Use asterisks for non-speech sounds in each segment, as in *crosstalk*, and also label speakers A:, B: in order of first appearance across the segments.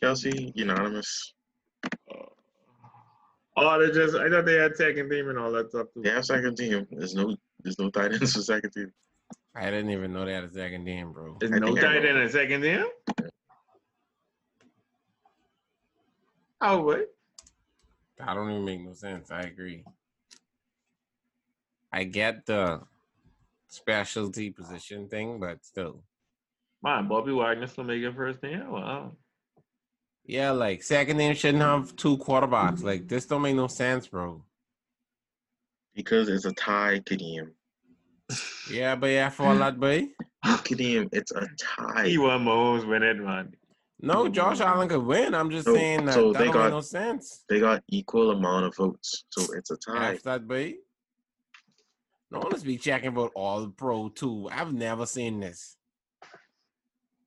A: Kelsey, unanimous. Oh, they just I thought they had tech and team and all that stuff too.
B: They have second team. There's no there's no tight ends for second team.
C: I didn't even know they had a second team, bro.
A: There's
B: I
A: no
B: think I
A: tight
B: know.
A: end in second team. Oh wait.
C: I don't even make no sense. I agree. I get the specialty position thing, but still.
A: My Bobby Wagner still making first team. Wow.
C: Yeah, like second team shouldn't have two quarterbacks. Like this don't make no sense, bro.
B: Because it's a tie game.
C: Yeah, but yeah, for a lot, boy.
B: Game, it's a tie.
A: He won Mahomes win it, man.
C: No, Josh Allen could win. I'm just
B: So-
C: saying that,
B: so
C: that
B: they
C: don't
B: got-
C: make no sense.
B: They got equal amount of votes, so it's a tie.
C: F that, boy. No one is be checking about all pro two. I've never seen this.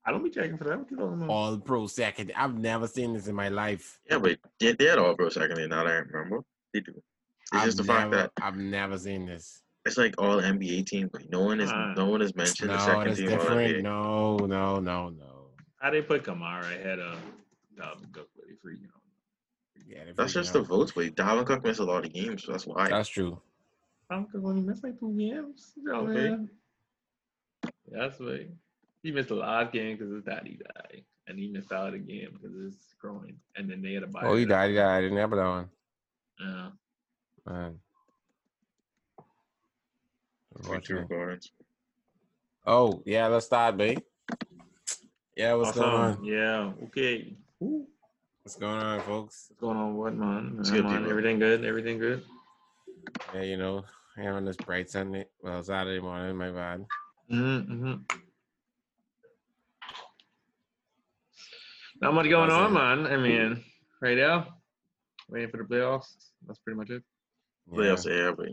A: I don't be checking for that. What you talking about?
C: All pro second. I've never seen this in my life.
B: Yeah, but they they had all pro second team. Now that I remember, they do. It's
C: I've
B: just the fact
C: never-
B: that
C: I've never seen this.
B: it's like all NBA team, but no one is
A: Ah.
B: no one is mentioned the
C: No,
B: second
C: that's
B: team all NBA.
C: different. No, no, no, no.
A: How they put Kamara ahead of um, Dalvin Cook with it free? You know,
C: Yeah, they
B: That's
C: freaking
B: just the
C: out.
B: votes, but Dalvin Cook missed a lot of games, so that's why.
C: That's true.
A: Dalvin Cook only missed like two games. You know,
B: Okay.
A: man. That's right. He missed the last game because his daddy died, and he missed out again because it's growing. And then they had a bye.
C: Oh, he died. He died. I didn't have that one.
A: Yeah.
C: Man.
B: Thank you, Lawrence.
C: Oh, yeah, let's start, babe. Yeah, what's
A: Awesome.
C: going on?
A: Yeah. Okay. Ooh.
C: What's going on, folks?
A: What's going on? What man?
B: It's
A: Yeah,
B: good,
A: man.
B: people.
A: Everything good? Everything good?
C: Yeah, you know, having this bright Sunday. Well, Saturday morning, my bad.
A: Mm-hmm. Not much going on, man. I mean, right now, waiting for the playoffs. That's pretty much it.
C: Yeah.
B: Playoffs air, but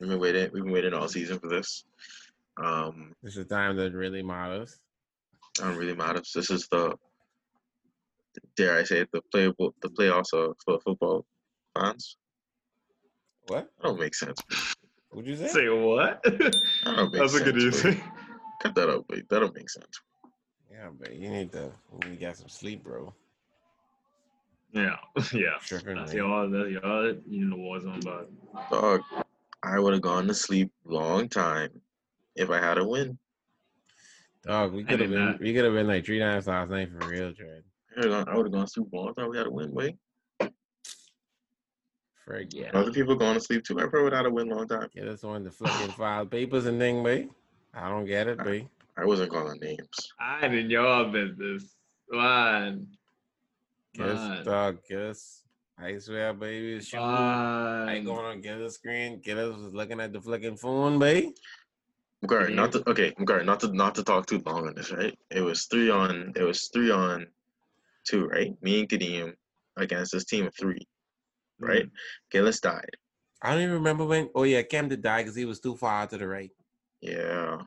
B: we've been waiting. We've been waiting all season for this. Um,
C: This is the time that really matters.
B: I don't really matter. This is the dare I say it, the playable the playoffs are for football fans.
C: What?
B: That don't make sense.
C: Would you say?
A: Say what? *laughs*
B: That don't make
A: That's a
B: sense.
A: good
B: bro.
A: easy.
B: Cut that out, wait. That don't make sense.
C: Yeah, but you need to you need to get some sleep, bro.
A: *laughs* Yeah, yeah.
C: Tripping,
A: That's
C: man.
A: y'all. That's y'all. You know what's on, but
B: Dog, I would have gone to sleep long time if I had a win.
C: Dog, we could
A: did
C: have been
A: not.
C: we could have been like three times last night for real, Jordan.
B: I would have gone, I would've gone to sleep long time. We had a win, wait.
C: Frick.
A: yeah.
B: Other people going to sleep too. I probably would have had a win long time.
C: Get us on the fucking file papers and thing, babe. I don't get it, babe.
B: I wasn't calling names.
A: I in y'all business. Man,
C: Get us,
A: Man.
C: dog. Get us. I swear, baby. It's you. I
A: Man.
C: ain't going on get us screen. Get us was looking at the flicking phone, babe.
B: McGuire, not to okay, McGuire, not to not to talk too long on this, right? It was three on it was three on two, right? Me and Kadeem against this team of three, right?
C: Mm-hmm.
B: Gillis died.
C: I don't even remember when. Oh yeah, Cam did die because he was too far to the right.
B: Yeah.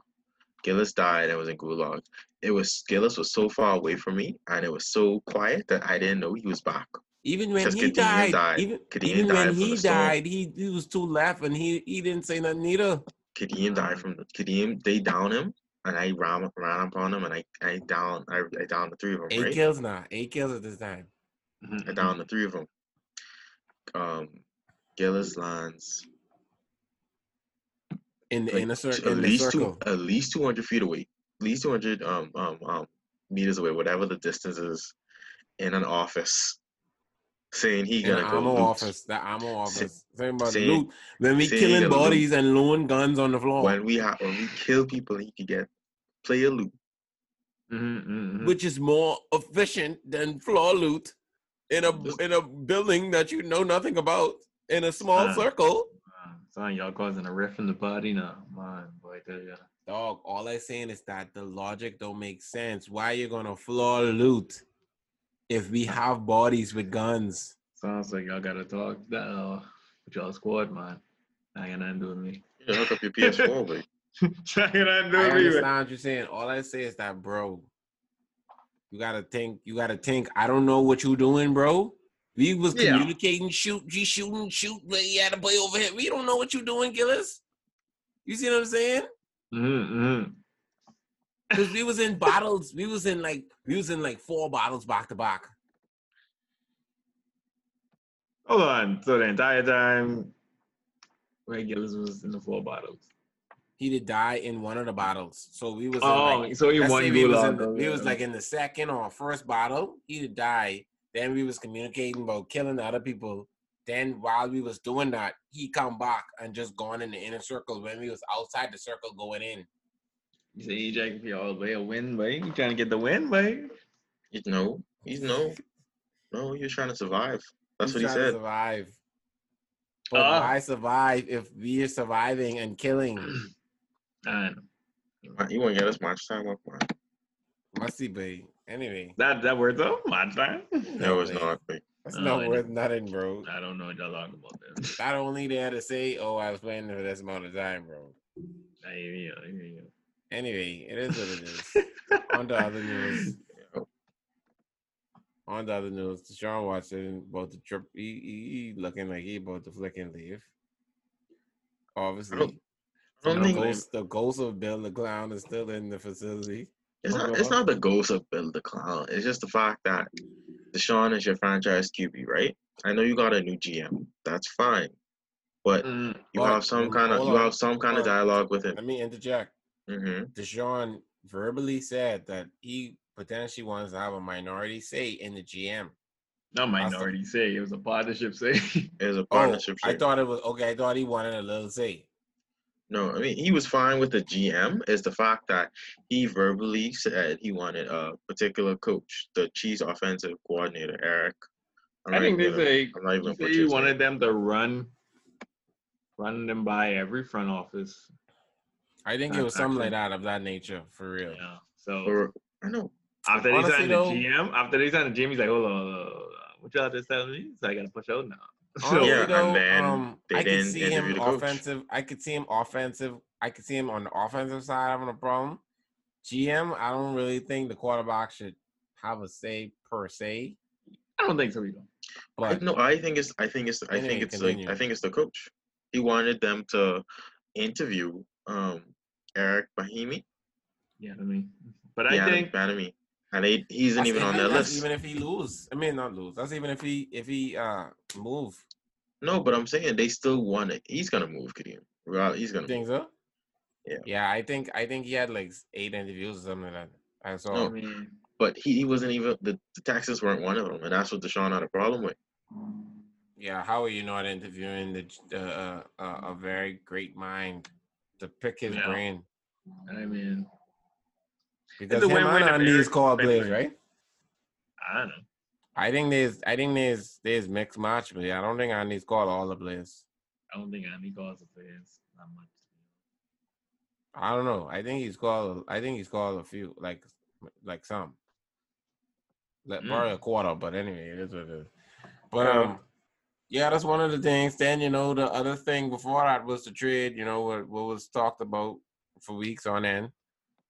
B: Gillis died and was in gulag. It was Gillis was so far away from me and it was so quiet that I didn't know he was back.
C: Even when
B: Because
C: he
B: Kadenian
C: died,
B: died.
C: even,
B: Kadenian
C: even
B: died
C: when
B: from
C: he
B: the storm.
C: died, he, he was too left and he he didn't say nothing either.
B: Kadeem died
A: Mm.
B: from the Kadeem they down him and I ran ran upon him and I, I down I, I down the three of them,
C: Eight
B: right?
C: kills now, eight kills at this time.
B: I
A: Mhm.
C: Mm-hmm.
B: down the three of them. Um, Gillis, Lance,
C: In the
B: like,
C: inner
B: t-
C: circle, in
B: at
C: the
B: least two,
C: circle.
B: at least two hundred feet away, at least two hundred um um um meters away, whatever the distance is, in an office, saying he
C: In the
B: gonna go
C: ammo
B: loot.
C: office, the
B: *laughs*
C: ammo office. Same about the
B: see-
C: loot. When we
B: see,
C: killing
B: gotta loot.
C: bodies and loan guns on the floor,
B: When we ha- when we kill people, he could get player loot.
A: Mhm, mhm.
C: which is more efficient than floor loot in a
B: Just-
C: in a building that you know nothing about in a small
A: Uh.
C: circle.
A: Man, Son, y'all causing a rift in the body now. Man, boy, tell ya.
C: Dog, all I'm saying is that the logic don't make sense. Why you gonna floor loot if we have bodies with guns?
A: Sounds like y'all gotta talk that uh, with y'all squad, man. I ain't got nothing to do with *laughs* me.
B: You know, hook up your
C: *laughs*
B: PS4, but
A: I ain't got nothing
C: I
A: to do with me.
C: understand what you're saying. All I say is that, bro, you gotta think. You gotta think. I don't know what you doing, bro. We was
A: Yeah.
C: communicating, shoot, you shooting, shoot. But you had to play over here. We don't know what you doing, Gillis. You see what I'm saying?
A: Mm-hmm.
C: Because we was in bottles. We was in like we was in like four bottles back to back.
A: Hold on. So the entire time, Ray Gillis was in the four bottles.
C: He did die in one of the bottles. So we was in,
A: Oh,
C: like,
A: so he
C: let's
A: won
C: say we was, in
A: gulag.
C: the, we
A: over
C: was
A: there.
C: like in the second or first bottle. He did die. Then we was communicating about killing other people. Then while we was doing that, he come back and just gone in the inner circle when we was outside the circle going in.
A: you say you jacking for your way a win, way. You trying to get the win, way.
B: You know, you know, no, you're trying to survive. That's
C: He's
B: what he said.
C: trying to
B: Uh-uh.
C: Survive. But
A: Ah.
C: why survive if we are surviving
B: *clears throat*
C: and killing?
A: And
B: You want to get us match time up, man?
C: Must be. Anyway,
A: that that word though, my *laughs* time.
B: No, it's
C: way.
B: not. Like,
C: That's
A: Oh,
C: not
A: I
C: worth nothing, bro.
A: I don't know what y'all talking about. Man. *laughs*
C: Not only there to say, oh, I was playing for this amount of time, bro.
A: I hear you. I hear you.
C: Anyway, it is what it is. On to other news. On to other news, Deshaun Watson about to trip. He, he, he looking like he about to flick and leave. Obviously,
B: I don't
C: the
B: think
C: ghost, the ghost of Bill the clown is still in the facility.
B: it's
A: Oh,
B: not. It's
A: God.
B: not the ghost of Bill the Clown. It's just the fact that Deshaun is your franchise QB, right? I know you got a new GM. That's fine, but
A: Mm,
B: you
C: But,
B: have some
C: um,
B: kind of
C: hold
B: you
C: on,
B: have some kind of
C: hold on.
B: dialogue with him.
C: Let me interject.
B: hmm
C: Deshaun verbally said that he potentially wants to have a minority say in the GM.
A: not minority say it was a partnership say.
B: It's a
C: Oh,
B: partnership.
C: I
B: shit.
C: thought it was okay. I thought he wanted a little say.
B: No, I mean he was fine with the GM. It's the fact that he verbally said he wanted a particular coach, the Chiefs offensive coordinator Eric. I'm
A: *laughs* I
B: not
A: think they
B: even gonna-
A: say
B: I'm not even
A: you
B: gonna
A: say
B: put
A: you
B: his name.
A: wanted them to run, run them by every front office.
C: I think it was something like
A: Transaction.
C: that of that nature, for real.
A: Yeah. So
B: Or- I know.
A: after they
C: Honestly,
A: signed the
C: though-
A: GM, after they signed the GM, he's like, hold on, hold on, hold on. what y'all just telling me? So I gotta push out now. So
C: Honestly,
B: Yeah, and
C: though,
B: then
C: um,
B: uh, they
C: I could
B: didn't
C: see
B: interview
C: him
B: the coach.
C: offensive. I could see him offensive. I could see him on the offensive side having a problem. GM, I don't really think the quarterback should have a say per se.
A: I don't think so. You know.
B: I-
C: But
B: no, I think it's I think it's I
C: Anyway,
B: think it's like
C: continue.
B: I think it's the coach. He wanted them to interview um Eric Bahimi.
A: Yeah, I mean, but I
B: Yeah,
A: think
B: Bahimi. And they, he isn't
C: That's
B: even on their
C: that's
B: list.
C: Even if he lose, I mean not lose. That's even if he if he uh move
B: No, but I'm saying they still want it. He's gonna move Kadeem. Well, he's gonna move.
C: things up.
B: Mm. Yeah.
C: Yeah, I think I think he had like eight interviews or something like that. I saw.
A: I
B: No.
A: mean,
B: But he, he wasn't even the, the Texans weren't one of them, and that's what Deshaun had a problem with.
C: Yeah, how are you not interviewing the the uh, uh, a very great mind to pick his
A: Yeah.
C: brain?
A: I mean,
C: Because
A: a
C: him
A: win-win
C: and
A: if
C: Andy's
A: Eric
C: call
A: picks
C: players,
A: him.
C: right?
A: I don't know.
C: I think there's I think there's there's mixed match, but I don't think Andy's called all the players.
A: I don't think Andy calls the players that much.
C: I don't know. I think he's called. I think he's called a few, like, like some, like
A: Mm.
C: probably a quarter. But anyway, it is what it is. But
A: Yeah.
C: um, yeah, that's one of the things. Then you know, the other thing before that was the trade. You know what what was talked about for weeks on end.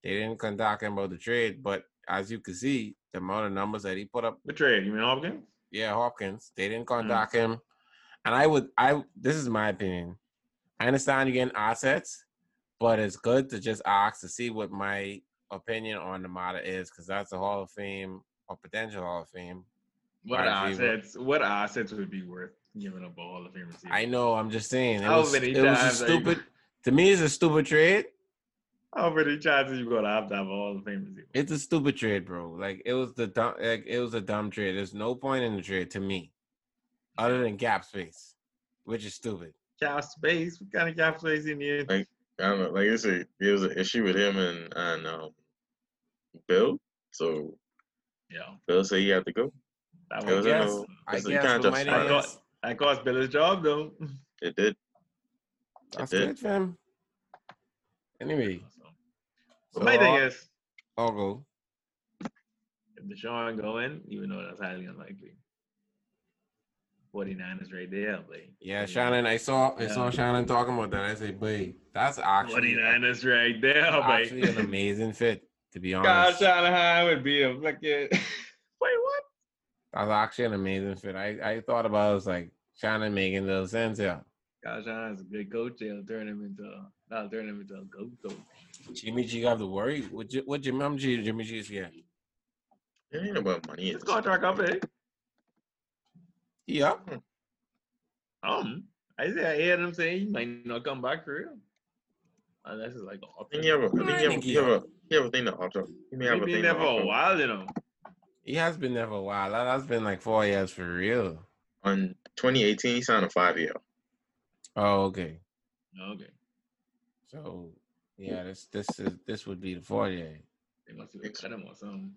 C: They didn't come talking about the trade, but as you can see, the amount of numbers that he put up
A: Betrayed. You mean Hopkins?
C: yeah, Hopkins. They didn't
A: Mm.
C: contact him. And I would I this is my opinion. I understand you're getting assets, but it's good to just ask to see what my opinion on the matter is, because that's a Hall of Fame or potential Hall of Fame.
A: What
C: Wide receiver.
A: assets? What assets would be worth giving up a Hall of Fame receiver?
C: I know, I'm just saying.
A: Mm.
C: It
A: How
C: was,
A: many
C: it was a
A: times are you-
C: stupid to me it's a stupid trade.
A: How many chances you gonna have to have a Hall of Fame receiver?
C: It's a stupid trade, bro. Like it was the dumb like it was a dumb trade. There's no point in the trade to me. Other than cap space, which is stupid.
A: Cap space. What kind of cap space in here?
B: Like- I don't know. Like I said, there was an issue with him and and um, Bill. So
A: Yeah,
B: Bill said he had to go.
A: that
B: It
A: was
B: was
A: a
B: a
C: guess-
A: no.
B: no.
C: I
B: so you
C: guess,
B: can't
C: but my
B: justify
C: thing
B: that.
C: is
A: That cost Billy's job though.
B: It did.
C: That's
B: did.
C: good, fam. Anyway,
A: *laughs* So-
C: so
A: But my thing
C: I'll-
A: is,
C: I'll go.
A: if Deshaun go in, even though that's highly unlikely, 49ers right there, Blake.
C: Yeah,
A: 49ers.
C: Shannon, I saw I saw
A: Yeah.
C: Shannon talking about that. I said, "Boy, that's actually
A: 49ers right there,
C: that's
A: *laughs*
C: actually an
A: Blake.
C: amazing fit." To be
A: Kyle
C: honest,
A: Shanahan would be a fucking. *laughs* Wait, what?
C: that's actually an amazing fit. I I thought about it, I was like Shannon making little sense here.
A: Kyle Shanahan's a good coach. They'll turn him into. a- That'll turn him into a goat coach.
C: Jimmy G got the worry. What Ji- what Jimmy I'm G, Jimmy G's yeah
B: It ain't about money.
A: His
B: it's-
A: contract up, eh?
C: He up?
A: something. Um, I said, I hear him saying he might not come back for real. Unless it's like,
B: I think you have a, I think you have, you have a, you have a thing to opt out. You may have a
A: maybe
B: thing
A: never
B: to
A: a
B: opt out
A: while, you know.
C: He has been there for a while. That- That's been like four years for real.
B: on 2018. He signed a five year.
C: Oh, okay.
A: Okay.
C: So yeah, this this is this would be the four year.
A: They must have cut him or something.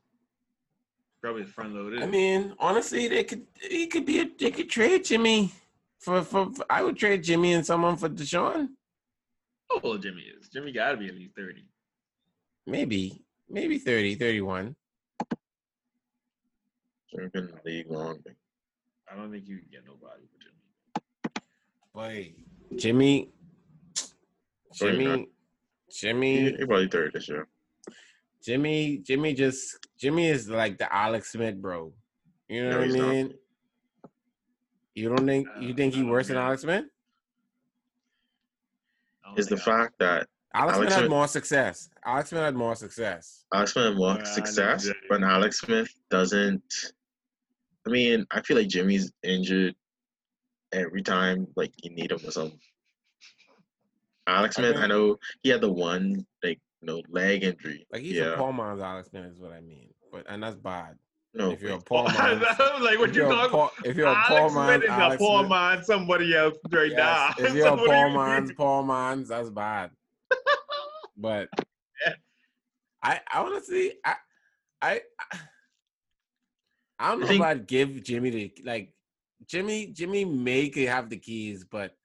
A: Probably front loaded.
C: I mean, honestly, they could he could be a, they could trade Jimmy for, for for I would trade Jimmy and someone for Deshaun.
A: how old Jimmy is? Jimmy got to be at least 30.
C: Maybe maybe 30, 31.
B: So he's been in the league long.
A: I don't think you can get nobody for Jimmy.
C: Boy, Jimmy,
B: Oh, Sorry,
C: Jimmy,
B: He,
C: Jimmy,
B: he probably third this year.
C: Jimmy, Jimmy. Just Jimmy is like the Alex Smith, bro. You know
B: No,
C: what I
B: he's not.
C: mean? You don't think you
A: Uh,
C: think
A: I
C: he
A: don't
C: worse than
A: get it.
C: Alex Smith?
A: I don't
B: Is the
A: think I-
B: fact that
C: Alex,
B: Alex
C: Smith had
B: Smith-
C: more success. Alex Smith had more success.
B: Alex Smith
A: I
B: more
A: know
B: success,
A: Jimmy.
B: but Alex Smith doesn't. I mean, I feel like Jimmy's injured every time like you need him or something. Alex
C: I
B: Smith, I,
C: think-
B: know he had the one like you know leg injury.
C: Like he's
B: yeah,
C: a poor man's Alex Smith is what I mean. But and that's bad.
B: no,
C: if you're a
B: Oh, wait. *laughs*
C: poor
A: I *laughs*
C: man,
A: was like, what
C: if
A: you
C: you're a
A: talking about?
C: poor- if you're a poor
A: Alex
C: man,
A: Smith is
C: Alex
A: a poor
C: Smith-
A: man, somebody else right
C: Yes,
A: now. *laughs*
C: if you're a
A: Somebody
C: poor
A: who-
C: man's poor man's,
A: *laughs*
C: that's bad. But
A: Yeah.
C: I, I honestly, I, I, I- I don't
B: I
C: know
B: think-
C: if I'd give Jimmy the like. Jimmy, Jimmy may could have the keys, but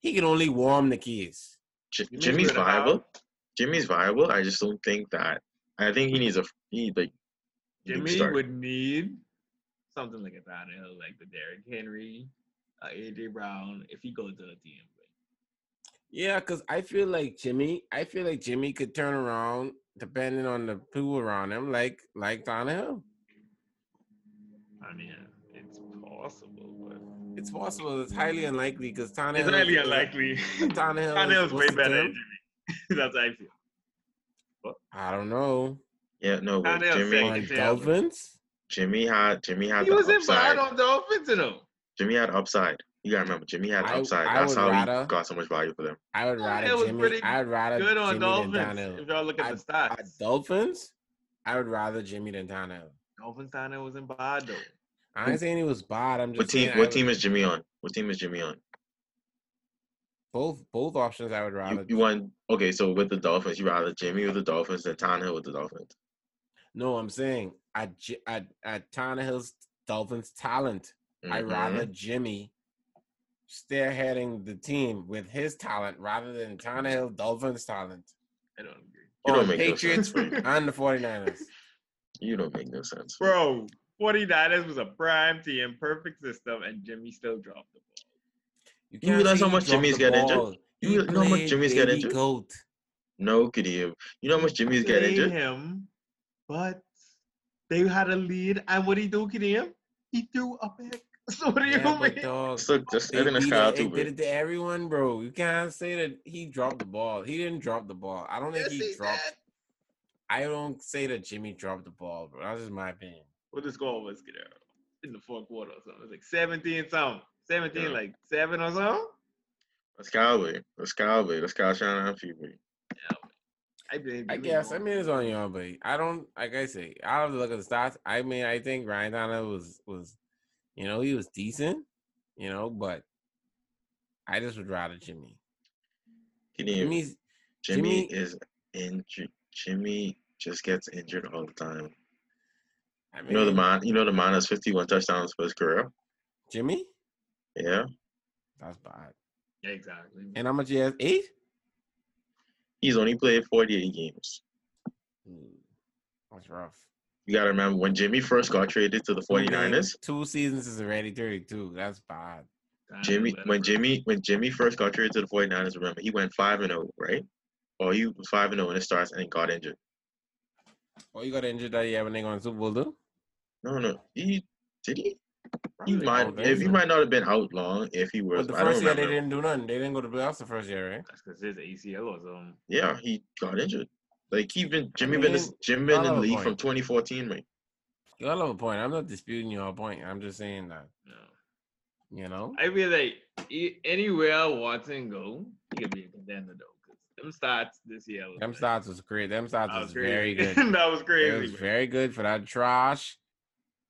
C: he can only warm the keys.
B: J-
A: You mean
B: Jimmy's
A: we're gonna have-
B: viable. Jimmy's viable. I just don't think that. I think he needs a he like. he needs to
A: Jimmy
B: start.
A: would need something like a Don Hill, like the Derrick Henry, uh, AJ Brown, if he goes to a team.
C: Yeah, because I feel like Jimmy, I feel like Jimmy could turn around depending on the people around him, like like Donahue.
A: I mean, it's possible, but
C: It's possible. It's highly unlikely because Tannehill.
A: it's highly *laughs* unlikely.
C: Tannehill.
A: Tannehill's way
C: what's his
A: better than
C: name?
A: Jimmy. *laughs* That's how I feel.
C: I don't know.
B: Yeah, no, but
A: Tannehill
B: Jimmy.
A: second.
C: On
A: tell.
C: Dolphins.
B: Jimmy had Jimmy had
A: He
B: the
A: was in
B: upside.
A: bad on the offense, you know.
B: Jimmy had upside. You gotta remember, Jimmy had
C: I-
B: upside.
C: I
B: That's
C: would
B: how
C: rather-
B: he got so much value for them.
C: I would
A: Tannehill
C: rather
A: was
C: Jimmy.
A: pretty
C: I would rather
A: Good on
C: Jimmy than
A: Dolphins.
C: Donahue.
A: If y'all look at the
C: At
A: stats,
C: Dolphins, I would rather Jimmy than Donahue.
A: Dolphins Tannehill was in bad though.
C: I ain't saying he was bad. I'm just
B: What team?
C: saying I
B: What
C: would-
B: team is Jimmy on? What team is Jimmy on?
C: both both options. I would rather.
B: You, you want okay? So with the Dolphins, you rather Jimmy with the Dolphins than Tannehill with the Dolphins.
C: no, I'm saying at Ji- at at Tannehill's Dolphins talent, I
B: Mhm.
C: rather Jimmy spearheading the team with his talent rather than Tannehill Dolphins talent
A: I don't agree.
B: You
C: Oh,
B: don't make
C: Patriots.
B: no sense. Bro.
C: and the 49ers.
B: *laughs* You don't make no sense.
A: Bro, 49ers was a prime team, perfect system, and Jimmy still dropped the ball.
C: You
B: realize
C: say
B: how
C: he
B: much
C: dropped
B: Jimmy's
C: the
B: get injured?
C: ball.
B: You
C: He
B: realize how much
C: played
B: Jimmy's get
C: baby
B: injured?
C: Goat.
B: No, could you? You know how much Jimmy's
A: They
B: getting injured?
A: him, but they had a lead, and what he do, Kadeem? He threw a pick. *laughs* So what do *laughs* you
C: Yeah, but
A: mean?
C: dog,
B: It's like just
C: they
B: I think that's
C: beat
B: Kyle
C: it, they
B: too,
C: did
B: bro.
C: it to everyone, bro. You can't say that he dropped the ball. He didn't drop the ball. I don't think
A: Yes,
C: he
A: he
C: dropped.
A: did.
C: I don't say that Jimmy dropped the ball, bro. That's just my opinion.
A: What the score was, Kadeem? In the fourth quarter or something. It was like 17 something. 17,
B: Yeah.
A: like 7 or something?
B: That's Kyle way. That's Kyle way. That's Kyle Shanahan people.
A: I, blame
C: I
A: Jimmy
C: guess. I
A: more.
C: mean, it's on y'all, but I don't. Like I say, I have to look at the stats. I mean, I think Ryan Tannehill was was, you know, he was decent, you know, but I just would rather Jimmy.
B: Jimmy,
C: Jimmy's
B: Jimmy
C: Jimmy-
B: is injured. Jimmy just gets injured all the time.
C: I mean,
B: You know the man. You know the man has fifty-one touchdowns for his career.
C: Jimmy.
B: Yeah,
C: That's bad.
A: Exactly.
C: And how much he has? Eight.
B: he's only played forty-eight games.
C: Ooh, Mm. That's rough.
B: You gotta remember when Jimmy first got traded to the
C: Two games-
B: 49ers,
C: Two seasons is already 32. That's bad.
A: Tannehill
B: Jimmy
A: better,
B: when
A: bro.
B: Jimmy when Jimmy first got traded to the 49ers, remember he went five and oh, right? Or he was five and oh when it starts and got injured.
C: Oh, you got injured that year when they go on Super Bowl, too?
B: No, no. He did he? He
C: Probably all
B: might
C: day,
B: if he
C: so.
B: might not have been out long if he was
C: But the
B: I don't
C: first year, they
B: remember.
C: didn't do nothing. They didn't go to playoffs the first year, right?
A: That's because his ACL or something.
B: Yeah, he got injured. Like he been Jimmy been
C: mean,
B: in- Jimmy been in
C: y'all have
B: the
C: a
B: league
C: point.
B: from twenty fourteen, mate.
C: You all have a point. I'm not disputing your point. I'm just saying that.
A: No.
C: You know,
A: I feel like e- anywhere Watson go, he could be a contender though. Cause them stats this year. Was
C: them
A: like-
C: stats was great. Them stats
A: that *laughs*
C: was, very
A: crazy.
C: good.
A: that was crazy.
C: It was
A: man.
C: very good for that trash.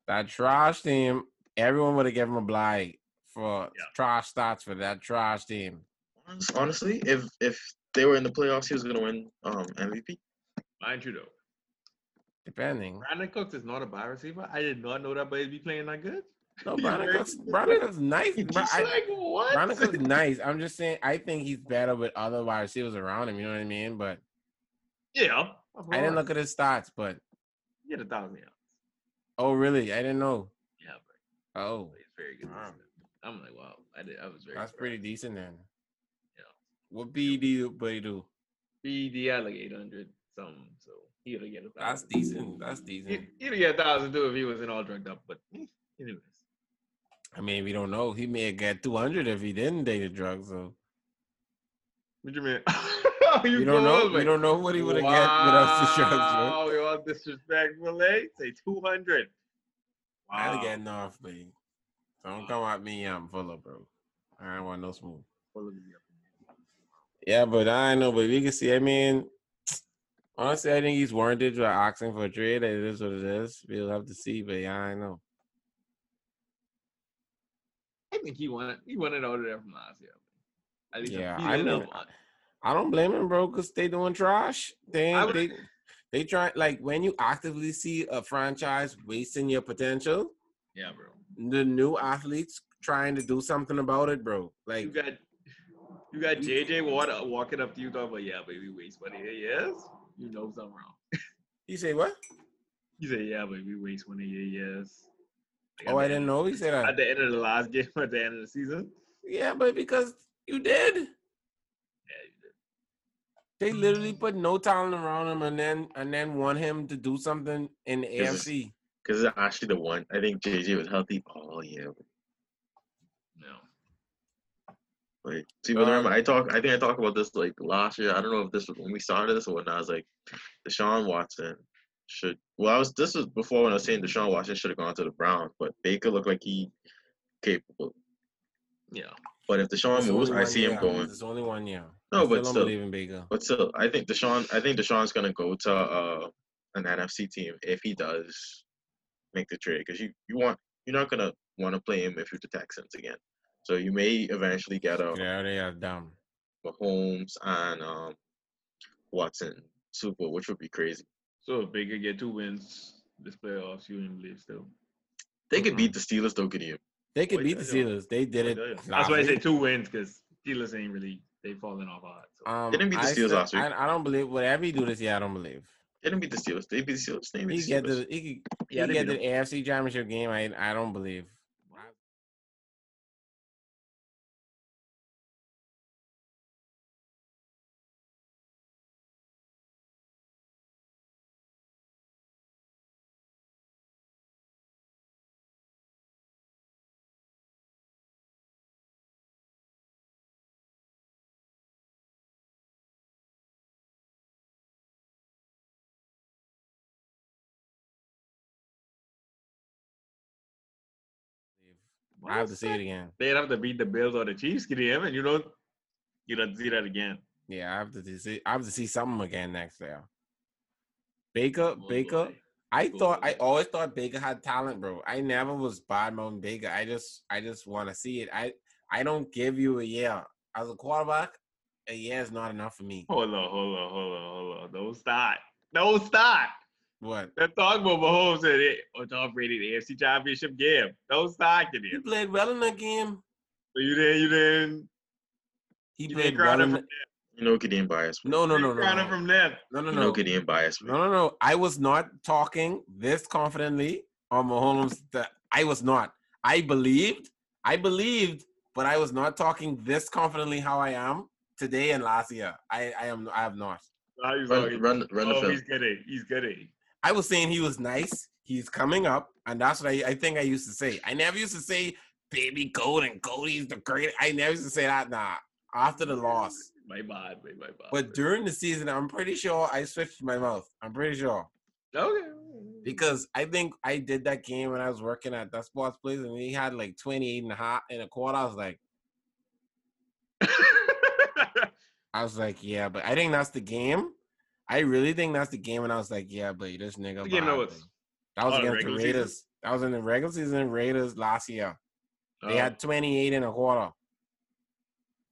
C: That trash team. Everyone would have given him a blight for
A: Yeah.
C: trash stats for that trash team.
B: Honest- Honestly, if if they were in the playoffs, he was gonna win um MVP.
A: Mind you though,
C: Depending.
A: Brandon Cooks is not a wide receiver. I did not know that boy be playing that good.
C: No,
B: He's
C: Brandon
B: very-
C: Cooks,
A: *laughs*
C: Brandon Cooks nice.
B: He's
C: Bro,
B: just
C: I,
A: like what?
C: Brandon Cooks is nice. I'm just saying I think he's better with other wide receivers around him, you know what I mean? But
A: *laughs* yeah. of
C: I didn't
A: course.
C: look at his stats, but
A: He had a thousand yards.
C: oh really? I didn't know.
A: Yeah, bro.
C: Oh,
A: He's very good. this
C: Wow.
A: year. I'm like, wow. I did. I was very.
C: that's pretty decent then.
A: Yeah.
C: What B do buddy do?
A: BD had like 800 something, so he would get a
C: That's
A: thousand.
C: decent. That's decent.
A: He- He'd get a thousand too if he wasn't all drugged up. But eh, anyways,
C: I mean, we don't know. He may get 200 if he didn't date a drug. So
A: what you *laughs* mean? Oh,
C: we
A: you
C: don't know.
A: going,
C: We
A: like,
C: don't know what he would have get without the drugs. Bro.
A: Wow, you all disrespectful, eh? Say 200.
C: I ain't
A: Wow.
C: getting off, baby. Don't come at me. I'm full of, bro. I don't want no smoke.
A: Full of the-
C: Yeah, but I know, but we can see. I mean, honestly, I think he's warranted for asking for a trade. It is what it is. We'll have to see, but yeah, I know.
A: I think he won. He won it out of there from last year. I think
C: Yeah,
A: he
C: I
A: did
C: mean,
A: have one.
C: I don't blame him, bro, because they doing trash. They
A: I
C: ain't-
A: would-
C: they they try like when you actively see a franchise wasting your potential,
A: *laughs* yeah, bro.
C: the new athletes trying to do something about it, bro.
A: You
C: Like
A: got you got JJ Watt uh, walking up to you talking about yeah, baby, waste money. Yes, you know something wrong.
C: you say what?
A: He said, "Yeah, but we waste one of your years." Like,
C: Oh, I
A: at the
C: didn't
A: end-
C: know. He said
A: At
C: that.
A: the end of the last *laughs* game, at the end of the season,
C: Yeah, but because you did.
A: yeah, you did.
C: They literally put no talent around him and then and then want him to do something in the
B: Is it-
C: AFC.
B: Because actually, the one I think JJ was healthy all year.
A: no.
B: Like, see, but
C: Um,
B: remember, I talk. I think I talked about this like last year. I don't know if this was when we started this or when I was like, Deshaun Watson should. Well, I was. This was before when I was saying Deshaun Watson should have gone to the Browns, but Baker looked like he capable.
A: Yeah,
B: But if Deshaun
C: It's
B: moves,
C: only
B: I
C: one
B: see him
C: year.
B: going.
C: It's only one year.
B: No,
C: I
B: but
C: don't
B: still.
C: believe in Baker.
B: But still, I think Deshaun. I think Deshaun's gonna go to uh, an NFC team if he does make the trade because you you want you're not gonna want to play him if you're the Texans again. So you may eventually get a
C: Yeah, they are dumb.
B: Mahomes and um, Watson Super Bowl, which would be crazy.
A: so if Baker get two wins this playoffs, you wouldn't believe still.
B: They could beat the
C: Mm-hmm.
B: Steelers though, Gideon.
C: They could
A: Wait,
C: beat the
A: I don't-
C: Steelers. They did it.
A: That's
C: last
A: why I say
C: week.
A: two wins because Steelers ain't really they falling off hard. So.
C: Um,
B: They didn't beat the
C: I
B: Steelers
C: still-
B: last week.
C: I, I don't believe whatever he do this year. I don't believe
B: They didn't beat the Steelers. They beat the Steelers. They
C: he
B: beat the
C: get
B: Steelers.
C: the he, could-
B: Yeah,
C: he
B: they
C: get
B: beat
C: the AFC Championship game. I I don't believe. I have to see it again.
A: They'd have to beat the Bills or the Chiefs, get him, and you don't you don't see that again.
C: Yeah, I have to see. I have to see something again next year. Baker, Baker. I
A: Cool.
C: thought I always thought Baker had talent, bro. I never was bad mouthing Baker. I just I just want to see it. I I don't give you a year as a quarterback. A year is not enough for me.
A: Hold on, hold on, hold on, hold on. Don't start. Don't start.
C: What
A: They're talking about Mahomes and it or Tom Brady, the AFC Championship game. Don't start it.
C: *laughs* he
A: in.
C: played well in that game.
A: So you didn't, you didn't,
C: He
A: you
C: played
A: didn't
C: well.
A: crown
C: In
A: him
C: the,
A: from
B: You know Gideon bias. man.
C: no, no,
A: there.
C: no, no,
A: You crowned him
C: no,
A: from there.
C: no, no,
B: You know
C: no.
B: Gideon bias. man.
C: No, no, no. I was not talking this confidently on Mahomes. That I was not. I believed. I believed, but I was not talking this confidently how I am today and last year. I, I am. I have not.
A: How you
B: Run,
A: talking?
B: run, run the
A: oh,
B: film.
A: he's getting, he's getting.
C: I was saying he was nice. He's coming up, and that's what I, I think I used to say. I never used to say baby goat and Cody's the great. I never used to say that. Nah. After the loss,
A: My bad, my, my bad.
C: but during the season, I'm pretty sure I switched my mouth. I'm pretty sure.
A: okay, *laughs*
C: because I think I did that game when I was working at that sports place, and he had like 28 and a half and a quarter. I was like, I was like, yeah, but I think that's the game. I really think that's the game, and I was like, yeah, but this nigga.
A: The game that
C: behind
A: was-
C: me. That was
A: Oh, the
C: against the
A: regular
C: Raiders. That was in the regular season Raiders last year.
A: Oh.
C: They had 28 and a quarter.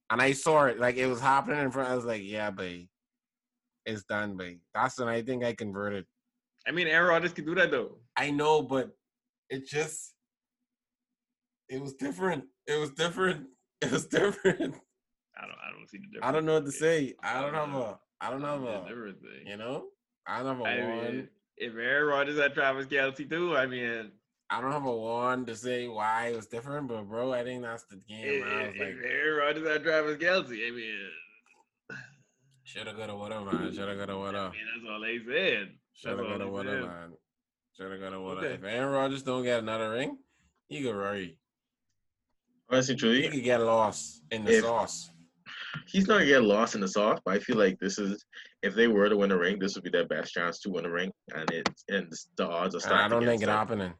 C: And I saw it. Like, it was happening in front. I was like, yeah, babe. It's done, babe. That's when I think I converted.
A: I mean, Aaron Rodgers can do that though.
C: I know, but it just, it was different. It was different. *laughs* It was different.
A: I don't. I don't see the difference.
C: I don't know what to
A: Yeah.
C: say. I don't have a, I don't
A: I
C: have
A: don't see the
C: a,
A: difference, eh?
C: you know, I don't have
A: I
C: a one.
A: mean, if Aaron Rodgers had Travis Kelce too, I mean,
C: I don't have a one to say why it was different, but bro, I think that's the game.
A: if,
C: where I was
A: if
C: like,
A: Aaron Rodgers had Travis Kelce, I mean,
C: shoulda, coulda, woulda, man. Shoulda, coulda,
A: I
C: woulda.
A: mean that's all they said.
C: Shoulda,
A: all
C: coulda,
A: they
C: woulda,
A: said.
C: man. Shoulda, coulda, woulda.
A: Okay.
C: If Aaron Rodgers don't get another ring, he could worry.
B: Honestly,
C: He
B: truly,
C: could get lost in the
B: If-
C: sauce.
B: he's not yet lost in the sauce, but I feel like this is if they were to win a ring, this would be their best chance to win a ring, and it and the odds are
C: And I
B: stacked.
C: don't think
B: against
C: it's
B: them.
C: happening.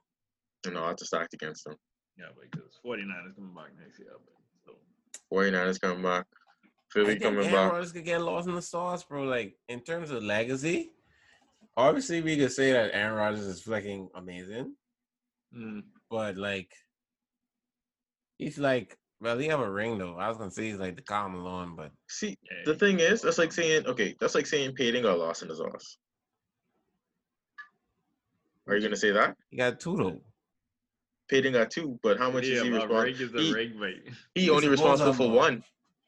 B: And the odds are stacked against them.
A: Yeah, because 49ers coming back next year. But, so
B: 49ers coming back,
C: I
B: Philly
C: think
B: coming
C: Aaron
B: back.
C: Rodgers could get lost in the sauce, bro. Like in terms of legacy, obviously we could say that Aaron Rodgers is fucking amazing,
A: mm,
C: but like he's like, well, he have a ring though. I was gonna say he's like the common lawn, but
B: See,
A: yeah,
B: the thing is, that's like saying okay, that's like saying Payton got lost in the sauce. Are you gonna say that
C: he got two though.
B: Payton got two, but how much
A: yeah,
B: is he
A: but
B: responsible?
A: ring is a
B: he-
A: ring, mate.
B: He
C: He's
B: only
C: supposed to
B: responsible
C: have
B: for
C: more.
B: one.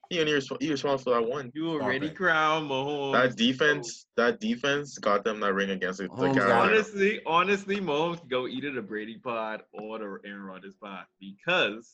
B: He only resp- he responsible for that one.
A: You
C: Stop
A: already
C: it.
A: crowned Mahomes.
B: That defense, that defense got them that ring against the the
C: Mahomes got
B: Carolina.
C: it.
A: Honestly, honestly, Mahomes could go either the Brady pod or the Aaron Rodgers pod because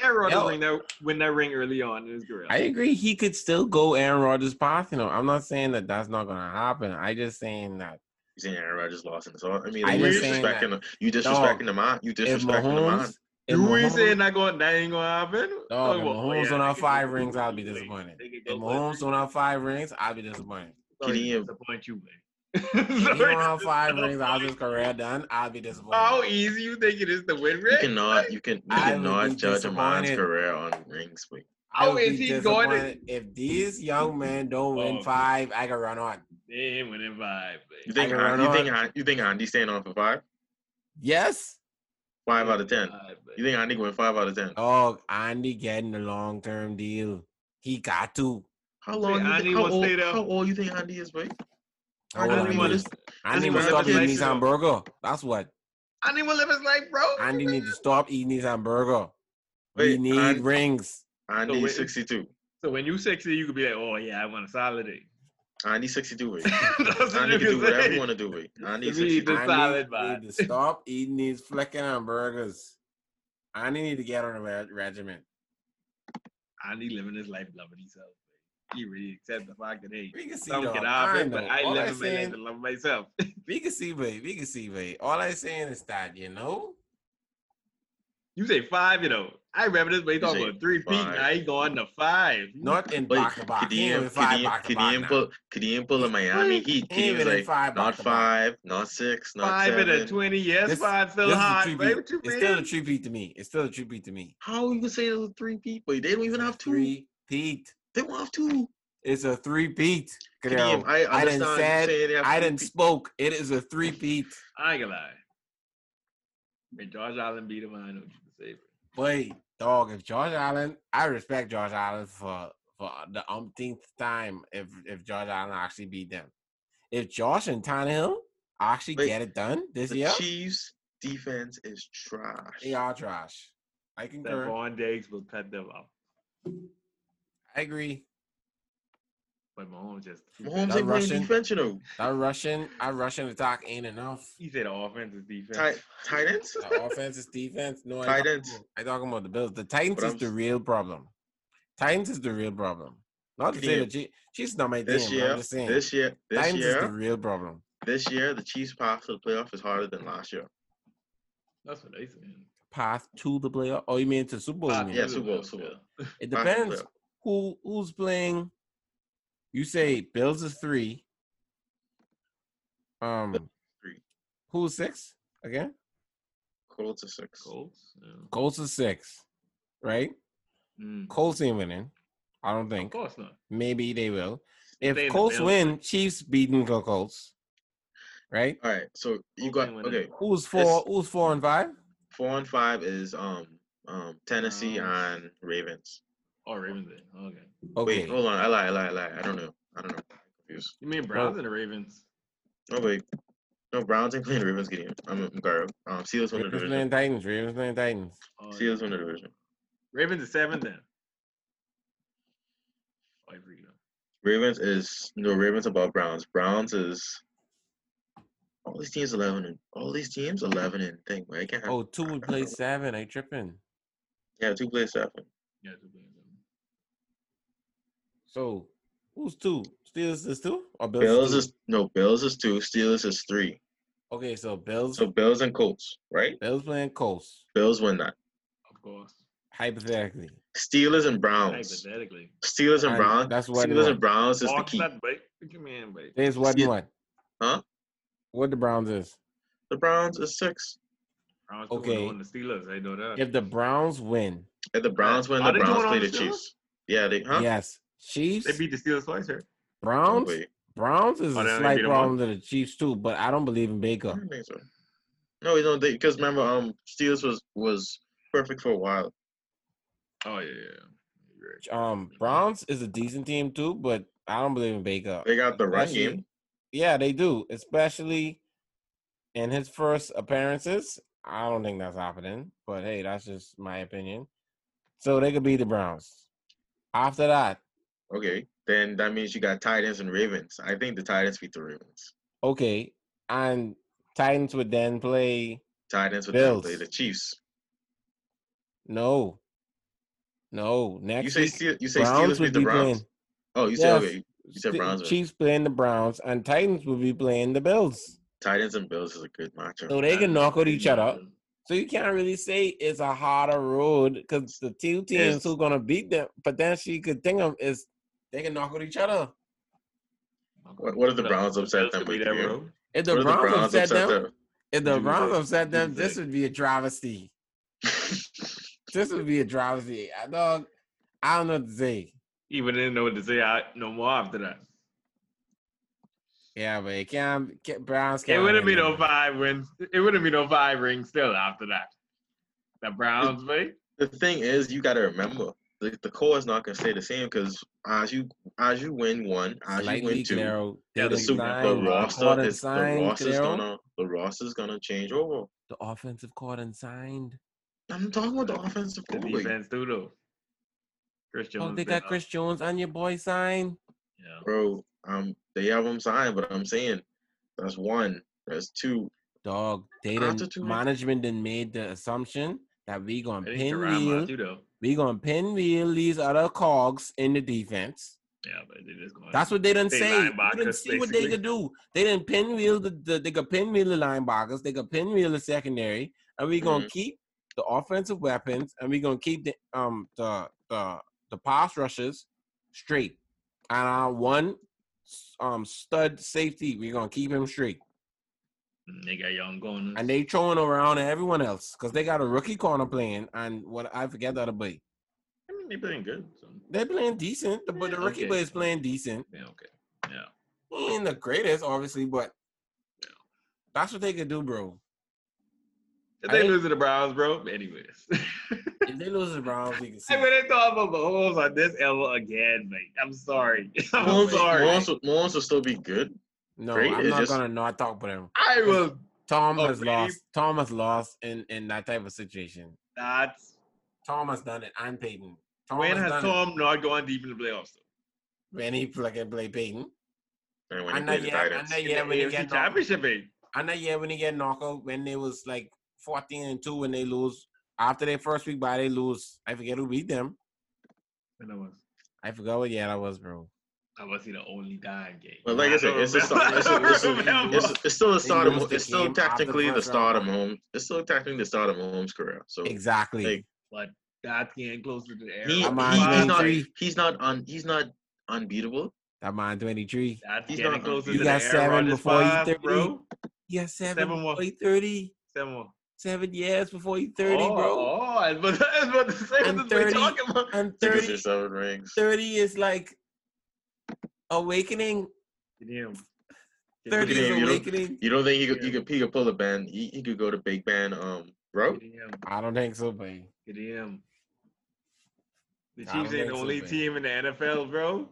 A: Aaron Rodgers
C: Yo.
A: win that win that ring early on in his career.
C: I agree. He could still go Aaron Rodgers' path. You know, I'm not saying that that's not gonna happen. I just saying that
B: You saying Aaron Rodgers lost in the all. I mean,
C: I
B: you
A: just
C: saying
B: disrespecting the, you
C: Dog,
B: disrespecting the man. You
C: if
B: disrespecting the man.
C: Mahomes, if
A: you were saying
C: Mahomes,
A: that going that ain't gonna happen. Oh,
C: dog, if
A: well,
C: Mahomes
A: yeah,
C: don't
A: they
C: have
A: could
C: five
A: go
C: rings,
A: for it
C: I'll be
A: three ways.
C: disappointed.
A: They could
C: If
A: go for it
C: Mahomes
A: three
C: don't have five rings, I'll be
A: *laughs*
C: disappointed.
A: Sorry
B: Can he-
A: to disappoint *laughs* you, man.
C: If he
A: Sorry
C: don't
A: to
C: have five rings out of his
A: disappoint
C: career
A: you.
C: done, I'll be
A: *laughs*
C: disappointed.
A: How easy you think it is to win
B: You
A: ring?
B: cannot, you can, you
C: I would be
B: cannot judge a man's
C: disappointed.
B: career on rings. Wait,
C: I
A: How
C: would
A: is
C: be
A: he going to?
C: disappointed if these young men don't win
A: Oh.
C: five. I can run on.
A: They ain't winning vibe.
B: you
A: man.
B: think,
C: I don't
B: An- you
C: know.
B: think, An- you think Andy staying on for five,
C: Yes.
B: five out of ten?
A: Vibe, man.
B: You think Andy went five out of ten?
C: Dog, Andy getting a long term deal. He got to.
B: How long? You
A: Andy
B: think, how,
A: will
B: old,
A: stay there.
B: how old you think Andy is? Wait,
C: How old
A: Andy
C: Andy
A: will-
C: is? Andy
B: Andy
C: will
B: will
C: stop
B: never
C: eating
B: get
C: his
B: to.
C: hamburger. That's what.
A: Andy will live his life, bro.
C: Andy need to stop eating his hamburger. We
B: wait,
C: need
B: An-
C: rings.
B: Andy
A: So wait-
B: is sixty-two.
A: So when you sexy, you could be like, oh yeah, I want a solid day.
B: Andy
A: *laughs*
B: sixty-two. Wait,
A: That's what
B: Andy
A: you
B: can do
A: can
B: whatever
A: say.
B: you want to do. Wait, Andy is
A: To me,
B: sixty-two.
A: Just
C: Andy
A: solid vibe.
C: need to stop eating these flecking hamburgers. Andy need to get on a re- regiment.
A: Andy living his life loving himself. He really accepts the fact that hey,
C: We can see,
A: some
C: dog.
A: can
C: I
A: happen, but
C: know.
A: I
C: All I'm
A: live my life
C: saying,
A: and love myself. *laughs*
C: we can see, babe. We can see, babe. All I'm saying is that, you know,
A: You say five, you know. I remember this way
B: You
A: talking
B: say
A: about three feet.
B: five.
A: I ain't going to five.
C: not in
B: Wait,
C: back to back.
B: could
C: He
B: he,
C: ain't in
B: could
C: five
B: he,
C: back to
B: could
C: back
B: he
C: now.
B: input, could he input a Miami Heat? Could
C: He
B: he
C: ain't
B: was
C: even in
B: like,
C: five
B: not
C: back to back.
B: five, not six, not
A: Five in
B: seven.
A: a twenty years,
C: This-
A: five
C: This
A: still
C: is a
A: hot,
C: tribute.
A: right? What you
C: It's still a
A: mean?
C: tribute to me. It's still a tribute to me.
B: How you gonna say it was three people? They don't even have two.
C: Three peat.
B: They don't have two.
C: It's a three peat.
B: Kadeem, I
C: I
B: understand
C: done
B: you
C: said-
B: saying they have
C: I
B: three
C: didn't
B: pe-
C: spoke. It is a three peat.
A: I ain't gonna lie. When George Allen beat him, I know what you can say.
C: Wait, dog. If George Allen, I respect George Allen for for the umpteenth time. If if George Allen actually beat them, if Josh and Tannehill actually
B: Wait,
C: get it done this
B: The
C: year,
B: Chiefs defense is trash.
C: they are trash. I concur.
A: Stephon Diggs will cut them off,
C: I agree.
A: but Mahomes just
B: Mahomes
C: That
B: ain't playing
C: Russian-
B: defense, you know.
C: That Russian, our Russian attack ain't enough.
A: He said offense is defense.
B: Tight, tight ends. *laughs*
C: The offense is defense. No, I
B: Tight
C: talking
B: ends.
C: about, I talking about the Bills. The Titans
B: But
C: is
B: I'm
C: the
B: s-
C: real problem. Titans is the real problem. Not to say
B: Kadeem,
C: that she, she's not my team.
B: This
C: I'm
B: year,
C: just saying
B: this year, this
C: Titans is the
B: year,
C: real problem.
B: this year, the Chiefs path to the playoff is harder than last year.
A: That's what they said.
C: Path to the playoff. Oh, you mean to Super Bowl? you mean?
B: yes. Super Bowl, Super Bowl.
C: It
B: Path to the
C: depends
B: playoff.
C: who who's playing. You say Bills is three. Um,
B: three.
C: Who's six again?
B: Colts to six.
A: Colts. Yeah.
C: Colts is six, right?
A: Mm.
C: Colts ain't winning. I don't
A: Of
C: Hmm. think.
A: course not.
C: Maybe they will. If
A: Stay in the
C: Colts
A: middle.
C: win, Chiefs beating the Colts, right?
B: All right, so you
A: Colts
B: got
A: ain't winning.
B: okay.
C: Who's four?
B: It's-
C: Who's four and five?
B: Four and five is um um Tennessee
A: Browns.
B: and Ravens.
A: Oh, Ravens. then. Okay.
C: Okay.
B: Wait, hold on. I lie, I lie, I lie. I don't know. I don't know. I'm confused.
A: You mean Browns and the Ravens?
B: No Oh, wait. No Browns ain't playing the Ravens game. I'm I'm Garo. Um Seals win the
C: Ravens
B: division.
C: playing Titans. Ravens playing Titans.
A: Oh, yeah.
B: Seals win the division.
A: Ravens is seven then. Oh, I read them.
B: Ravens is no Ravens above Browns. Browns is all these teams eleven and all these teams eleven and thing. Like, I can't have
C: Oh, two would play seven. I tripping.
B: yeah two plays seven.
A: Yeah, they're playing seven.
C: So who's two? Steelers is two or Bills?
B: Bills
C: two?
B: is no Bills is two. Steelers is three.
C: okay. So Bills,
B: So Bills and Colts, right?
C: Bills playing Colts
B: Bills win that.
A: Of course.
C: hypothetically.
B: Steelers and Browns.
A: Hypothetically.
B: Steelers and
C: And
B: Browns.
C: that's what it
B: Steelers
C: was.
B: and Browns is the
A: Hawks
B: key.
A: not bait. Come in, bait.
C: There's what
B: Steel-
C: and what?
B: Huh?
C: What the Browns is?
B: The Browns is six.
A: Browns
C: Okay.
A: okay. on the Steelers. I know that.
C: If the Browns win,
B: If the Browns win,
A: Are
B: the
A: they
B: Browns
A: going
B: play
A: on
B: the
A: the Steelers?
B: Chiefs. Yeah, they huh? Oh,
C: yes, Chiefs,
A: They beat the Steelers twice, right?
B: No
C: Browns,
B: way.
C: Browns is
A: Oh, they
C: a
A: only
C: slight
A: beat 'em
C: problem to the Chiefs too. But I don't believe in
B: I
C: Baker.
B: don't think so. No, you know, because remember, um, Steelers was was perfect for a while.
A: Oh yeah, yeah. yeah. You're
B: Hmm.
A: right.
C: Um, Browns is a decent team too, but I don't believe in Baker.
B: They got the run
C: Especially-
B: game.
C: Yeah, they do, especially in his first appearances. I don't think that's happening, but hey, that's just my opinion. So they could be the Browns. After that,
B: Okay, then that means you got Titans and Ravens. I think the Titans beat the Ravens.
C: okay, and Titans would then play
B: Titans would then
C: Bills.
B: play the Chiefs.
C: no, no next.
B: You say
C: week,
B: Steel, you say
C: Browns
B: Steelers beat
C: would
B: the
C: be
B: Browns.
C: playing-
B: Oh, you say
C: Yes,
B: okay. You said
C: Ste-
B: Browns. win.
C: Chiefs playing the Browns, and Titans will be playing the Bills.
B: Titans and Bills is a good matchup.
C: So they
B: man.
C: can knock out
A: They
C: each other.
A: knocked them.
C: So you can't really say it's a harder road because the two teams
B: Yes.
C: who gonna beat them potentially could think of is they can knock out each other.
A: Knock
B: What-
A: them.
B: what if the
A: But
B: Browns upset
A: Bills
B: them
A: could be
B: with
A: that
B: you?
A: road?
C: If
B: What
C: the
B: if
C: Browns, upset, them,
B: them? *laughs*
C: if the
B: Would you
C: Browns
B: say?
C: upset
A: Would you
C: them, this
A: say?
C: would be a travesty. This would be a travesty. I dog, I don't know what to say.
A: Even didn't know what to say. I no more after that.
C: Yeah, but it can't. can Browns
A: It
C: can't.
A: wouldn't be
C: win
A: no
C: that.
A: five wins. It wouldn't be no five rings still after that. The Browns, mate.
B: the thing is, you got to remember the, the core is not going to stay the same because as you as you win one, as you
C: Slightly,
B: win two,
C: Clero.
A: Yeah, the
C: They
B: the
C: done
A: Super-
B: soup, the
A: the
C: signed Mark
B: roster
C: Gordon
B: is the
C: signed,
B: roster's
C: Clero.
B: gonna the roster's gonna change over.
C: The offensive cordon signed.
B: I'm talking about the offensive
A: The
B: coordinator,
A: defense too though. Christian.
C: Oh,
A: was
C: they
A: been
C: got
A: up.
C: Chris Jones on your boy signed.
A: Yeah.
B: bro. Um, they have him signed, but I'm saying that's one, that's
C: *laughs*
B: two.
C: Dog, they didn't,
B: Altitude.
C: management didn't made the assumption that we gonna
A: It ain't
C: pinwheel,
A: Rama too though.
C: we gonna pinwheel these other cogs in the defense.
A: Yeah, but they just going.
C: That's what they didn't
A: They
C: say. We didn't
A: linebackers,
C: see what they
A: basically.
C: could do. They didn't pinwheel the, the they could pinwheel the linebackers, they could pinwheel the secondary, and we gonna keep the offensive weapons and we gonna keep the um the the the pass rushes straight. And our one um stud safety, we're gonna keep him straight.
A: Mm, They got young going.
C: and they throwing around at everyone else because they got a rookie corner playing and what I forget the other boy.
A: I mean, they playing good. So.
C: They playing decent, the- but the
A: Yeah,
C: rookie
A: okay.
C: boy is playing decent.
A: Yeah, okay.
C: He ain't the greatest, obviously, but
A: Yeah.
C: that's what they could do, bro.
A: Did
C: I
A: they
C: think-
A: lose to the Browns, bro? Anyways. *laughs*
C: If they lose the Browns, we can see.
A: I mean, they thought about Mahomes on this elbow again, mate. I'm sorry. *laughs* I'm
B: Mahomes,
A: sorry.
B: Mahomes, will- Mahomes will still be good.
C: No,
B: Great,
C: I'm
B: it's
C: not
B: just-
C: gonna not talk about him.
A: I was.
C: Tom
A: Oh,
C: has
A: really?
C: lost. Tom has lost in in that type of situation.
A: not.
C: Tom has done it. I'm Peyton. Tom
A: When has
C: done it.
A: Tom not gone deep in the playoffs?
C: When he fucking play Peyton,
B: And when
C: I
B: he
C: know
B: played the
C: you. I
B: Titans,
C: know
A: In
C: you.
A: the
C: When he
A: AFC
C: get knocked
A: Championship, mate.
C: And that year when they get knocked out, when they was like 14 and 2 when they lose, after their first week by they lose, I forget who beat them.
A: And I was.
C: I forgot what year that was, bro.
A: I was see the only dying game.
B: but like I said, it's a
A: don't
B: start. It's, a,
A: remember.
B: it's, a-
A: I don't
B: it's,
A: remember.
B: it's still a
C: They
B: start.
C: lose
B: Of,
C: the
B: it's still
C: game after
B: technically the
C: first
B: start of
C: round.
B: Mahomes. It's still technically the start of Mahomes' career. So
C: Exactly.
B: like,
A: But that's getting closer to the air.
B: he, he's
C: I'm on
B: not
C: 23.
B: he's not un, he's not unbeatable.
C: That man 23.
A: That's
B: He's
A: getting
B: not-
A: closer
B: You
A: to
C: got
A: the air.
C: seven
A: Rodgers
C: before he's
A: five,
C: 30.
A: bro.
C: You got seven,
A: Seven more.
C: before you 30.
A: Seven more.
C: Seven years before you 30,
A: oh,
C: bro.
A: Oh, *laughs* I was about, I was about to say
C: I'm
A: what this
C: 30.
A: we talking about.
C: And
B: Six
C: 30,
B: or seven rings.
C: 30 is like awakening.
A: Damn.
C: 30
B: at
C: is
B: him, you know?
C: awakening.
B: You don't think he could he
A: Yeah.
B: could he could pull a band? He, he could go to big band. Um, bro.
A: Damn.
C: I don't think so, baby.
A: Damn. The
C: I don't
A: Chiefs ain't
C: think
A: the
C: so,
A: only
C: man.
A: team in the NFL, bro.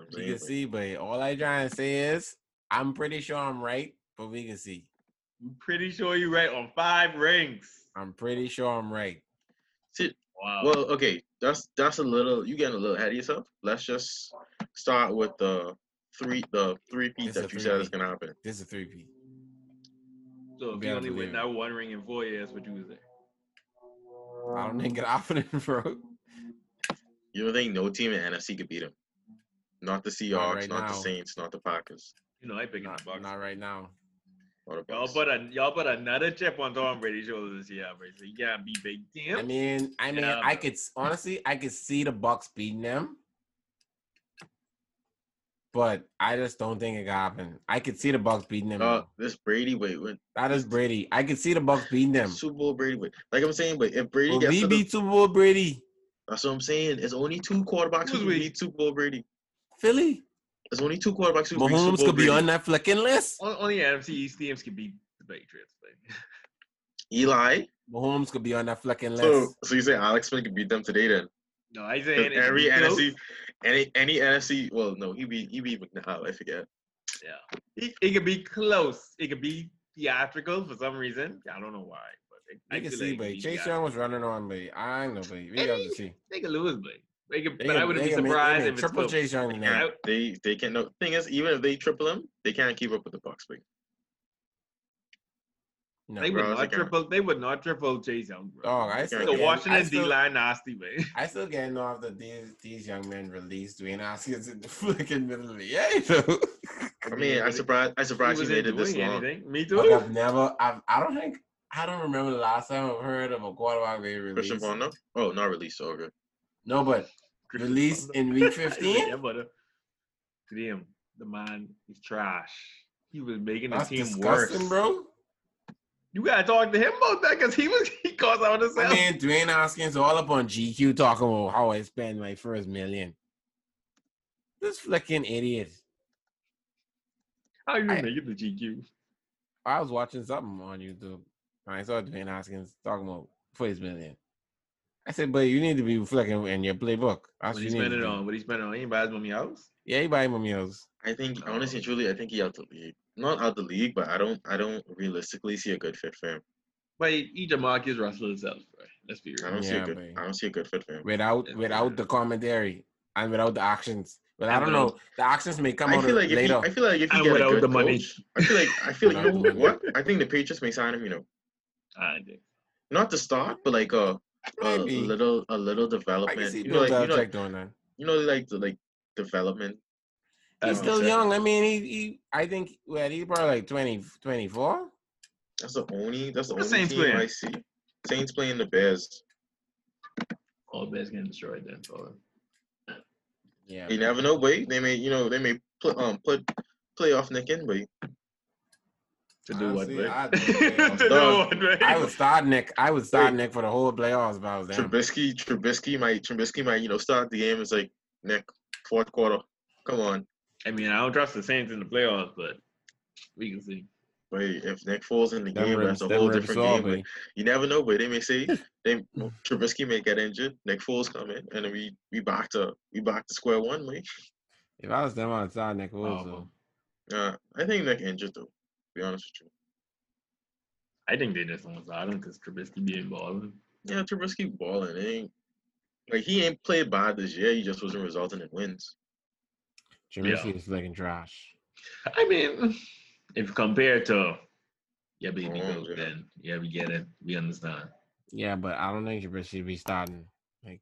B: I'm
C: We
B: saying,
C: can see, but all I trying to say is I'm pretty sure I'm right, but we can see.
A: I'm pretty sure you're right on five rings.
C: I'm pretty sure I'm right.
B: see-
C: Oh.
A: Wow.
B: Well, okay, that's that's a little you getting a little ahead of yourself. Let's just start with the three the three P
C: It's a
B: that you said is
C: three-peat.
B: gonna happen.
C: This is a three P.
A: so if
C: we
A: you
C: gotta
A: only win
C: believe
A: that one ring in four years, what you was there?
C: I don't think it *laughs* happened, bro.
B: You don't think no team in NFC could beat him? Not the Seahawks,
C: right
B: not the
C: now.
B: Saints, not the Packers,
A: You know, I picking
C: Not,
A: the Bucks.
C: not right now.
B: or the
A: Y'all
B: Bucks.
A: put a, y'all put another chip on Tom Brady's shoulders this year, bro. So you gotta be big
C: I
A: damn.
C: mean, I mean,
A: Yeah,
C: I
A: bro.
C: could s- honestly, I could see the Bucks beating them, but I just don't think it could happen. I could see the Bucks beating them.
B: Uh,
C: though.
B: this Brady wait, wait
C: that is Brady. I could see the Bucks beating them.
B: Super Bowl Brady wait. Like I'm saying, but if Brady
C: Will
B: gets
C: we
B: to the,
C: beat Super Bowl Brady?
B: that's what I'm saying. It's only two quarterbacks
A: Who's
B: who can
A: we?
B: beat Super Bowl Brady.
C: Philly?
B: There's only two quarterbacks who can beat Super
C: Mahomes
B: Bowl
C: could be
B: Brady.
C: on that flicking list.
A: On- Only NFC East teams can beat the Patriots. But *laughs*
B: Eli.
C: Mahomes could be on that flicking list.
B: So so you say Alex Smith could beat them today then?
A: no, I
B: Because
A: say
B: every NFC, any any NFC, well, no, he beat he beat McNabb. I forget.
A: It, it could be close. It could be theatrical for some reason. I don't know why, but it,
C: We
A: I
C: can
A: feel
C: see,
A: like it
C: but
A: could
C: Chase
A: be
C: Young was running on me. I know, but we
A: Hey,
C: got to see.
A: They could lose, but they could,
C: They
A: but
C: can-
A: I wouldn't
C: they
A: be
C: can make- they
A: surprised
C: can
A: if it's
C: triple
A: close.
C: Chase Young
A: And
C: now.
A: I-
B: They they can't. No, thing is, even if they triple him, they can't keep up with the Bucks. But
C: No,
A: They
B: bro,
A: would
B: I was
A: not
B: like, uh,
A: triple. They would not triple Chase Young, bro.
C: dog. I still
A: the
B: yeah,
C: getting- I
A: Washington D
C: still,
A: line nasty, man.
C: I still getting off that these these young men released Dwayne Haskins in the *laughs* fucking middle of the year. though.
B: I mean, I
A: *laughs*
B: surprised I surprised you made it this long.
A: anything. Me
C: But I've
A: too.
C: never. I've. I don't think. I don't remember the last time I've heard of a quarterback being
B: Christian
C: released.
B: Vaughn, no? Oh, not released. Oh, good.
C: No, but released in week fifteen.
A: Yeah, but uh, damn, the man is trash. He was making the
C: That's
A: team
C: disgusting,
A: worse,
C: bro.
A: You gotta talk to him about that because he was *laughs* he caused out himself.
C: I mean, Dwayne Haskins all up on GQ talking about how I spent my first million. This flicking idiot.
A: How you
C: I-
A: make it the GQ?
C: I was watching something on YouTube and I saw Dwayne Haskins talking about first million. I said, but you need to be flicking in your playbook.
A: What
C: That's what
A: he
C: you need
A: spent
C: to
A: it
C: do.
A: on? What he spent it on? Anybody's mommy house?
C: Yeah, you buy him meals.
B: I think
A: Oh.
B: honestly, and truly, I think he out the league. Not out the league, but I don't I don't realistically see a good fit for him.
A: But each Jamarcus Russell himself, bro. Let's be
B: I
A: real.
B: don't see
C: Yeah,
B: a good
C: man.
B: I don't see a good fit for him.
C: Without
A: Yeah.
C: without the commentary and without the actions. But I
A: And
C: don't
A: without-
C: know. The actions may come
B: I
C: out
B: feel like if he,
C: later.
B: I feel like if he
A: And
B: get a
A: without
B: good
A: the money.
B: coach, I feel like I
C: *laughs*
B: feel like you
C: Without the
B: know
C: money.
B: what? I think the Patriots may sign him. You know,
C: Mm-hmm.
A: I think.
B: not to start, but like uh, a, a
C: Maybe.
B: little a little
C: I can
B: development.
C: see
B: You know,
C: Bill
B: like you know,
C: Belichick doing that.
B: you know, like the like development.
C: He's
B: uh,
C: still
B: check.
C: young. I mean, he, he I think well, he's probably like 20, 24.
B: That's the only that's the
A: Who's
B: only
A: Saints
B: team
A: playing?
B: I see. Saints playing the Bears.
A: All bets getting destroyed then for
C: Yeah.
B: You never know, but they may you know they may put um put playoff nicking, but
A: to do what,
C: Honestly,
A: bro? *laughs*
C: I'd
A: to
C: do playoff.
A: do
B: Dog,
A: what, bro?
C: I would start Nick. I would start Nick for the whole playoffs if I was them.
B: Trubisky Trubisky might Trubisky might you know start the game. It's like Nick fourth quarter. Come on,
A: I mean, I don't trust the Saints in the playoffs, but we can see.
B: but if Nick falls in the
C: Them
B: game,
C: ribs-
B: that's a
C: them
B: whole
C: ribs
B: different
C: all,
B: game. But
C: baby.
B: you never know, but they may say
C: *laughs*
B: they Trubisky may get injured. Nick Foles come in, and then we we back to we back to square one, mate.
C: If I was them, I'd start Nick
B: Oh,
C: also.
A: Um,
B: Uh, I think Nick injured though. To be honest with
A: I think they just want to start him because Trubisky be involved.
B: you. Yeah, Trubisky balling. It ain't like he ain't played bad this year. He just wasn't resulting in wins.
C: Trubisky
A: yeah.
C: is looking trash.
A: I mean, if compared to yeah, baby,
B: Oh,
A: goes,
B: yeah.
A: then yeah, we get it. We understand.
C: Yeah, but I don't think Trubisky should be starting. Like,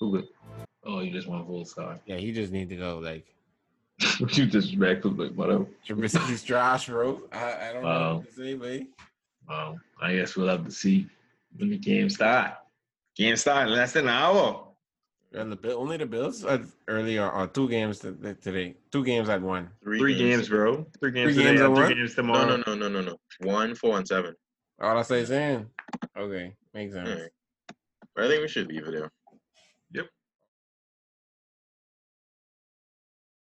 A: Who would? Oh, you just want full star.
C: yeah, he just need to go. Like, *laughs*
A: you disrespectful, like whatever.
C: Trubisky's trash, bro. I, I don't know
A: Wow.
C: what to say, baby.
A: Well, I guess we'll have to see when the game start. Game start in less than an hour.
C: And the Bill, only the Bills are earlier are two games th- th- today. Two games at one.
A: Three games, bro. Three games
C: Three
A: today
C: games
A: and
C: at
A: three
C: one?
A: games
B: No,
A: tomorrow.
B: no, no, no, no, no. One, four, and seven.
C: All I say is in. Okay, makes sense.
B: Alright. I think we should leave it there.
A: Yep.